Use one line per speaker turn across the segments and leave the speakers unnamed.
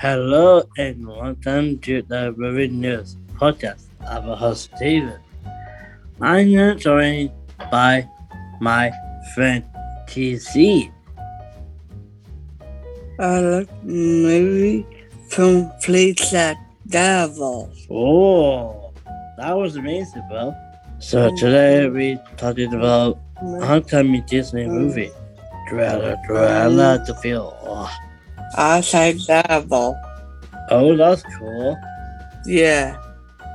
Hello and welcome to the Ruby News podcast. I'm your host Steven. I'm not joined by my friend TC.
I like movie from Fleet Like Devil.
Oh, that was amazing, bro. So today we talking about upcoming Disney movie, Cruella, Cruella the Field. Oh,
I say Devil.
oh, that's cool.
Yeah,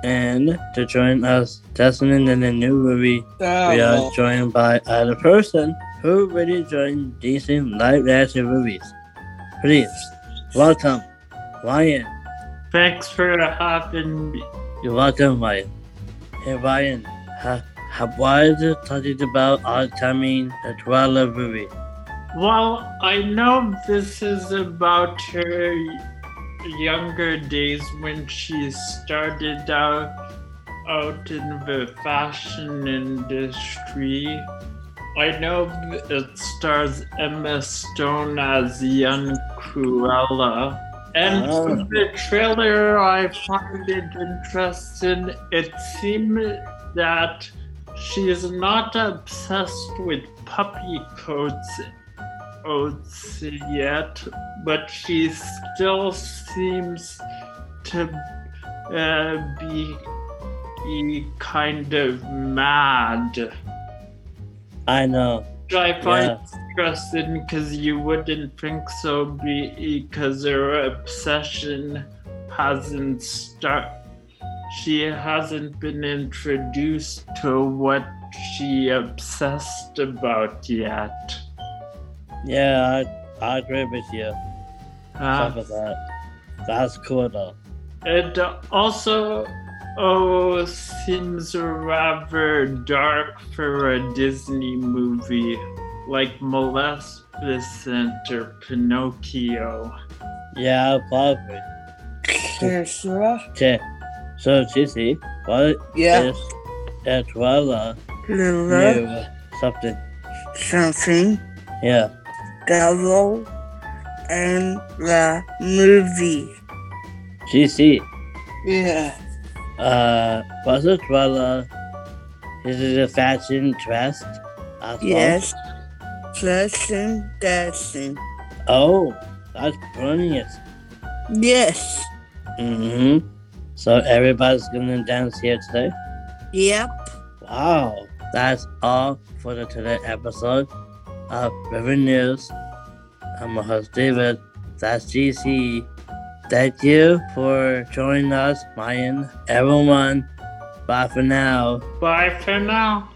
And to join us, Desmond in the new movie We are
Devil.
joined by other person who really joined decent live action movies. Please welcome Ryan.
Thanks for having me.
You're welcome, Ryan. Hey, Ryan, ha, ha, why is it talking about upcoming the Twilight movie?
Well, I know this is about her younger days when she started out out in the fashion industry. I know it stars Emma Stone as young Cruella. And
Oh.
from the trailer, I find it interesting. It seemed that she is not obsessed with puppy coats oats yet, but she still seems to uh, be, be kind of mad.
I know.
Which I find interesting because you wouldn't think so because her obsession hasn't start. She hasn't been introduced to what she obsessed about yet.
Yeah, I, I agree with you
Uh,
about that. That's cool though.
It also oh seems rather dark for a Disney movie, like Maleficent or Pinocchio.
Yeah, probably.
Sure, sure.
Okay. So, Sissy, what is
Yeah,
the Twilight
little
new something?
something
Yeah.
Devil and the movie.
GC,
Yeah,
uh, was it rather, is it a fashion dress? as well?
yes. Flashing, dancing.
Oh, that's brilliant.
Yes.
Mm-hmm. So everybody's gonna dance here today?
Yep.
Wow. That's all for the today episode of River News. I'm your host, David. That's GC. Thank you for joining us, Mayan. Everyone, bye for now.
Bye for now.